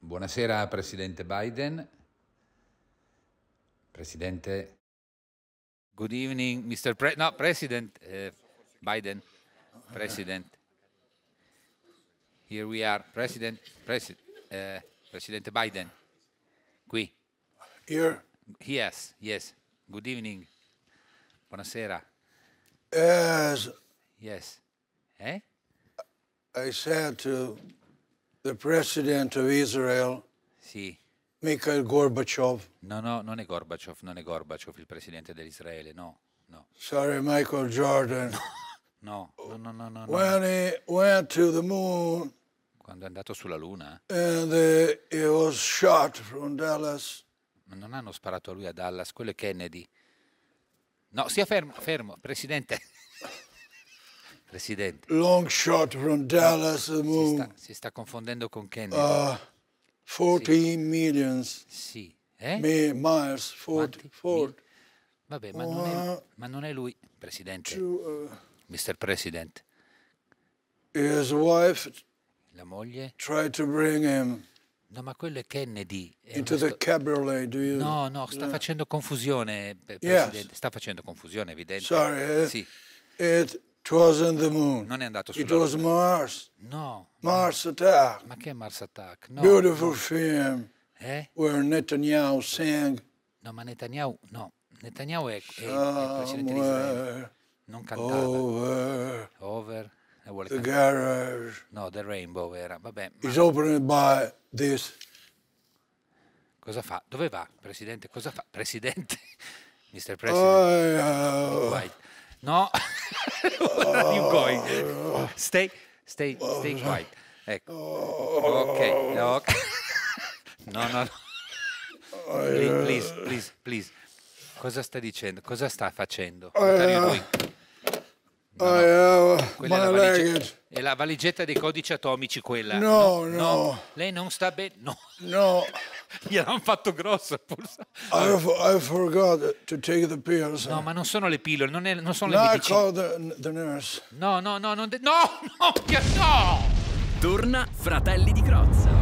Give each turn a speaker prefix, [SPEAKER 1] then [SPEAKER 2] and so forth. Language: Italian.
[SPEAKER 1] Buonasera Presidente Biden. Presidente. Good evening, Mr. Pre- no, President eh, Biden. President. Here we are. President, Presi- eh, Presidente Biden. Qui.
[SPEAKER 2] Here,
[SPEAKER 1] Yes, yes. Good evening. Buonasera.
[SPEAKER 2] as
[SPEAKER 1] Yes. Eh?
[SPEAKER 2] I said to the president of Israel,
[SPEAKER 1] Sì.
[SPEAKER 2] Mikhail Gorbachev,
[SPEAKER 1] No, no, non è Gorbaciov, non è Gorbaciov il presidente dell'Israele, no, no,
[SPEAKER 2] sorry, Michael Jordan,
[SPEAKER 1] no, no, no, no, no. no.
[SPEAKER 2] when he went to the moon
[SPEAKER 1] Quando è andato sulla Luna,
[SPEAKER 2] and uh, he was shot from Dallas.
[SPEAKER 1] ma non hanno sparato a lui a Dallas, quello è Kennedy. No, sia fermo, fermo, presidente. presidente,
[SPEAKER 2] Long shot from Dallas to the
[SPEAKER 1] si
[SPEAKER 2] moon.
[SPEAKER 1] sta, si sta confondendo con Kennedy.
[SPEAKER 2] Uh, 14 millions
[SPEAKER 1] sì, eh?
[SPEAKER 2] mi- miles, 40,
[SPEAKER 1] Quanti?
[SPEAKER 2] 40
[SPEAKER 1] Vabbè, ma non,
[SPEAKER 2] Ah.
[SPEAKER 1] è, ma non è lui, presidente,
[SPEAKER 2] to, uh,
[SPEAKER 1] Mr. President.
[SPEAKER 2] his wife
[SPEAKER 1] La moglie?
[SPEAKER 2] tried to bring him
[SPEAKER 1] No, ma quello è Kennedy. è
[SPEAKER 2] into
[SPEAKER 1] una
[SPEAKER 2] the
[SPEAKER 1] sto-
[SPEAKER 2] cabriolet. Do you?
[SPEAKER 1] No, no, sta facendo confusione, pe-
[SPEAKER 2] Eh. Yes.
[SPEAKER 1] Presidente. Sta facendo confusione, evidente.
[SPEAKER 2] Sorry, eh?
[SPEAKER 1] Sì,
[SPEAKER 2] It wasn't the moon.
[SPEAKER 1] non è andato
[SPEAKER 2] It
[SPEAKER 1] sulla
[SPEAKER 2] was
[SPEAKER 1] Luna.
[SPEAKER 2] Mars.
[SPEAKER 1] No,
[SPEAKER 2] Mars Attack.
[SPEAKER 1] ma che Mars Attack?
[SPEAKER 2] Oh,
[SPEAKER 1] No,
[SPEAKER 2] Beautiful film
[SPEAKER 1] eh?
[SPEAKER 2] where Netanyahu sang
[SPEAKER 1] No, ma Netanyahu, no. Netanyahu è, è- è il presidente di Israele.
[SPEAKER 2] somewhere
[SPEAKER 1] Non
[SPEAKER 2] Oh.
[SPEAKER 1] cantava.
[SPEAKER 2] over
[SPEAKER 1] Over. eh, vuole
[SPEAKER 2] the
[SPEAKER 1] cantare.
[SPEAKER 2] garage.
[SPEAKER 1] No, The Rainbow era. Vabbè, ma
[SPEAKER 2] It's opened by this.
[SPEAKER 1] cosa fa? Dove va, Presidente? Cosa fa? Presidente? Mr.
[SPEAKER 2] I
[SPEAKER 1] President.
[SPEAKER 2] have
[SPEAKER 1] quiet. No, where are you going? Stay, stay, stay quiet. Ecco. Ok, no, ok. No, no, no. Please, please, please, please. Cosa sta dicendo? Cosa sta facendo? What are you doing?
[SPEAKER 2] I have
[SPEAKER 1] Quella è la,
[SPEAKER 2] my luggage.
[SPEAKER 1] valigetta, è la valigetta dei codici atomici quella.
[SPEAKER 2] No, no.
[SPEAKER 1] Lei non sta bene. No,
[SPEAKER 2] No,
[SPEAKER 1] gliel'hanno fatto grosso. pur sa-
[SPEAKER 2] I, f- I forgot to take the pills.
[SPEAKER 1] No, ma non sono le pillole, non, è- non sono
[SPEAKER 2] Now
[SPEAKER 1] le
[SPEAKER 2] I
[SPEAKER 1] medicine.
[SPEAKER 2] called the, the nurse.
[SPEAKER 1] No, no, no, non de- no, no, che- no!
[SPEAKER 3] Torna Fratelli di Crozza.